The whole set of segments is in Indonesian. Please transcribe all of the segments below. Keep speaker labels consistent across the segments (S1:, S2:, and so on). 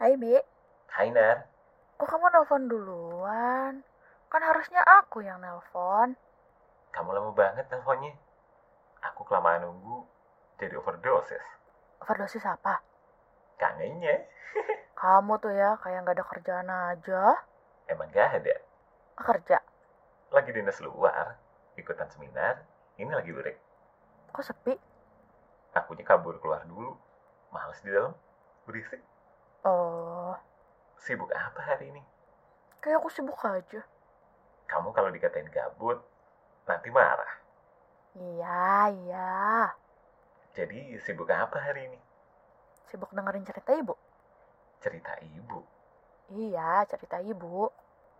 S1: Hai, Bi.
S2: Hai Nar,
S1: Kok kamu nelpon duluan? Kan harusnya aku yang nelpon.
S2: kamu lama banget teleponnya. Aku kelamaan nunggu, jadi overdosis.
S1: Overdosis apa?
S2: Kangennya,
S1: Kamu tuh ya kayak nggak ada kerjaan aja.
S2: emang gak ada.
S1: Ah, Kerja.
S2: Lagi dinas luar, ikutan seminar, ini lagi break.
S1: Kok sepi?
S2: Akunya kabur keluar dulu. Males di dalam, berisik.
S1: Oh,
S2: Sibuk apa hari ini?
S1: kayak aku sibuk aja.
S2: Kamu kalau dikatain gabut, nanti marah.
S1: Iya, iya.
S2: Jadi sibuk apa hari ini?
S1: Sibuk dengerin cerita ibu.
S2: Cerita ibu.
S1: Iya, cerita ibu.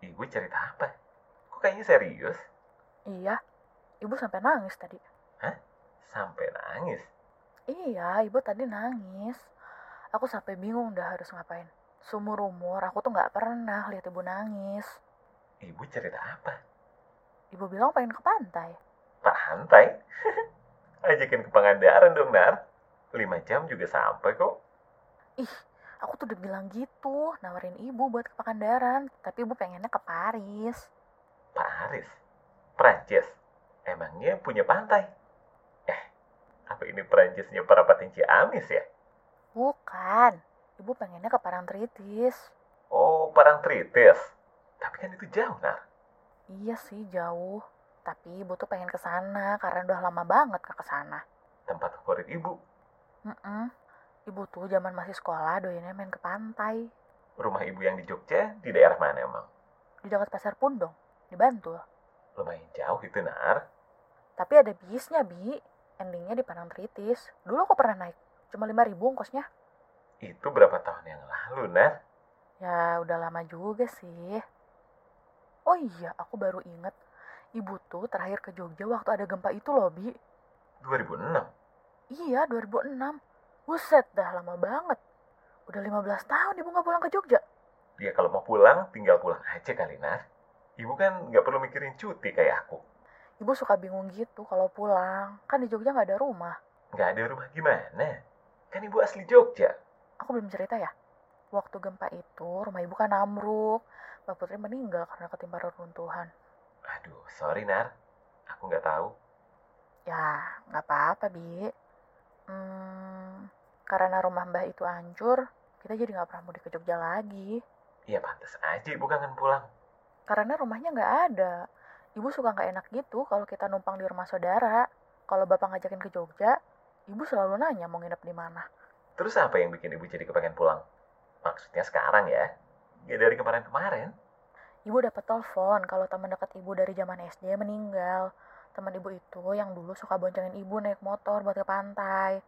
S2: Ibu cerita apa? Kok kayaknya serius?
S1: Iya. Ibu sampai nangis tadi.
S2: Sampai nangis.
S1: Iya, ibu tadi nangis. Aku sampai bingung dah harus ngapain. Sumur umur aku tuh nggak pernah lihat ibu nangis.
S2: Ibu cerita apa?
S1: Ibu bilang pengen ke pantai.
S2: Pantai? Ajakin ke Pangandaran dong, Nar. 5 jam juga sampai kok.
S1: Ih, aku tuh udah bilang gitu, nawarin ibu buat ke Pangandaran, tapi ibu pengennya ke Paris.
S2: Paris. Prancis. Emangnya punya pantai? Eh, apa ini Prancisnya para patinci amis ya?
S1: Bukan, ibu pengennya ke Parangtritis.
S2: Oh, parang tritis. Tapi kan itu jauh, Nar.
S1: Iya sih, jauh. Tapi ibu tuh pengen ke sana karena udah lama banget gak ke sana.
S2: Tempat favorit ibu.
S1: Mm-mm. Ibu tuh zaman masih sekolah doyannya main ke pantai.
S2: Rumah ibu yang di Jogja di daerah mana emang?
S1: Di dekat pasar Pundong, di Bantul.
S2: Lumayan jauh itu, Nar.
S1: Tapi ada bisnya, Bi. Endingnya di Parangtritis. Dulu aku pernah naik, cuma 5 ribu ongkosnya.
S2: Itu berapa tahun yang lalu, Nar?
S1: Ya, udah lama juga sih. Oh iya, aku baru inget. Ibu tuh terakhir ke Jogja waktu ada gempa itu loh, Bi.
S2: 2006.
S1: Iya, 2006. Buset, dah lama banget. Udah 15 tahun ibu nggak pulang ke Jogja.
S2: Dia kalau mau pulang, tinggal pulang aja kali, Nar. Ibu kan nggak perlu mikirin cuti kayak aku.
S1: Ibu suka bingung gitu kalau pulang. Kan di Jogja nggak ada rumah.
S2: Nggak ada rumah gimana? Kan ibu asli Jogja.
S1: Aku belum cerita ya. Waktu gempa itu, rumah ibu kan ambruk. Mbak Putri meninggal karena ketimpa reruntuhan.
S2: Aduh, sorry Nar. Aku nggak tahu.
S1: Ya, nggak apa-apa, Bi. Hmm, karena rumah mbah itu hancur, kita jadi nggak pernah mudik ke Jogja lagi.
S2: Ya pantas aja ibu kangen pulang.
S1: Karena rumahnya nggak ada. Ibu suka nggak enak gitu kalau kita numpang di rumah saudara. Kalau bapak ngajakin ke Jogja, ibu selalu nanya mau nginep di mana.
S2: Terus apa yang bikin ibu jadi kepengen pulang? Maksudnya sekarang ya? Ya dari kemarin-kemarin.
S1: Ibu dapat telepon kalau teman dekat ibu dari zaman SD meninggal. Teman ibu itu yang dulu suka boncengin ibu naik motor buat ke pantai.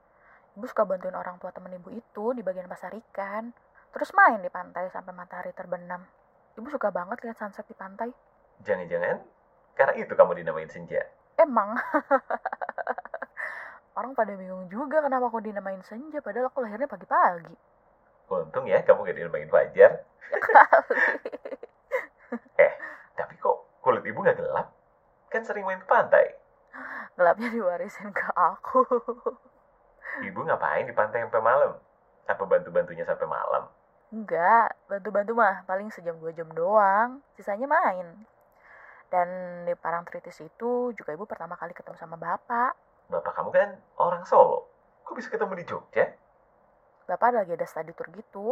S1: Ibu suka bantuin orang tua teman ibu itu di bagian pasar ikan. Terus main di pantai sampai matahari terbenam. Ibu suka banget lihat sunset di pantai.
S2: Jangan-jangan karena itu kamu dinamain senja.
S1: Emang. orang pada bingung juga kenapa aku dinamain senja padahal aku lahirnya pagi-pagi.
S2: Untung ya kamu nggak dinamain fajar. Tapi kok kulit ibu nggak gelap? Kan sering main ke pantai.
S1: Gelapnya diwarisin ke aku.
S2: Ibu ngapain di pantai sampai malam? Apa bantu-bantunya sampai malam?
S1: Enggak, bantu-bantu mah paling sejam dua jam doang, sisanya main. Dan di Parangtritis itu juga ibu pertama kali ketemu sama bapak.
S2: Bapak kamu kan orang Solo. Kok bisa ketemu di Jogja?
S1: Bapak ada lagi ada study tour gitu,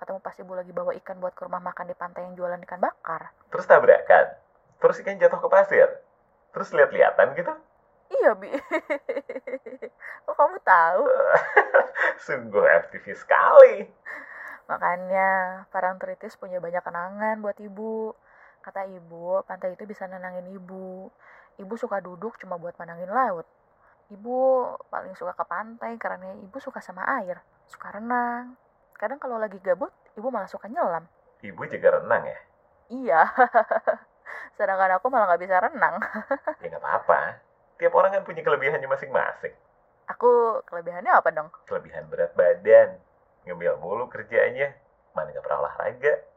S1: ketemu pas ibu lagi bawa ikan buat ke rumah makan di pantai yang jualan ikan bakar.
S2: Terus tabrakan. Terus ikan jatuh ke pasir. Terus lihat-lihatan gitu.
S1: Iya, Bi. Kok kamu tahu?
S2: Sungguh FTV sekali.
S1: Makanya Parangtritis punya banyak kenangan buat ibu. Kata ibu, pantai itu bisa nenangin ibu. Ibu suka duduk cuma buat mandangin laut. Ibu paling suka ke pantai karena ibu suka sama air, suka renang. Kadang kalau lagi gabut, ibu malah suka nyelam.
S2: Ibu juga renang ya?
S1: Iya. Sedangkan aku malah nggak bisa renang.
S2: Ya nggak apa-apa. Tiap orang kan punya kelebihannya masing-masing.
S1: Aku kelebihannya apa dong?
S2: Kelebihan berat badan. Ngemil mulu kerjaannya. Mana nggak pernah olahraga.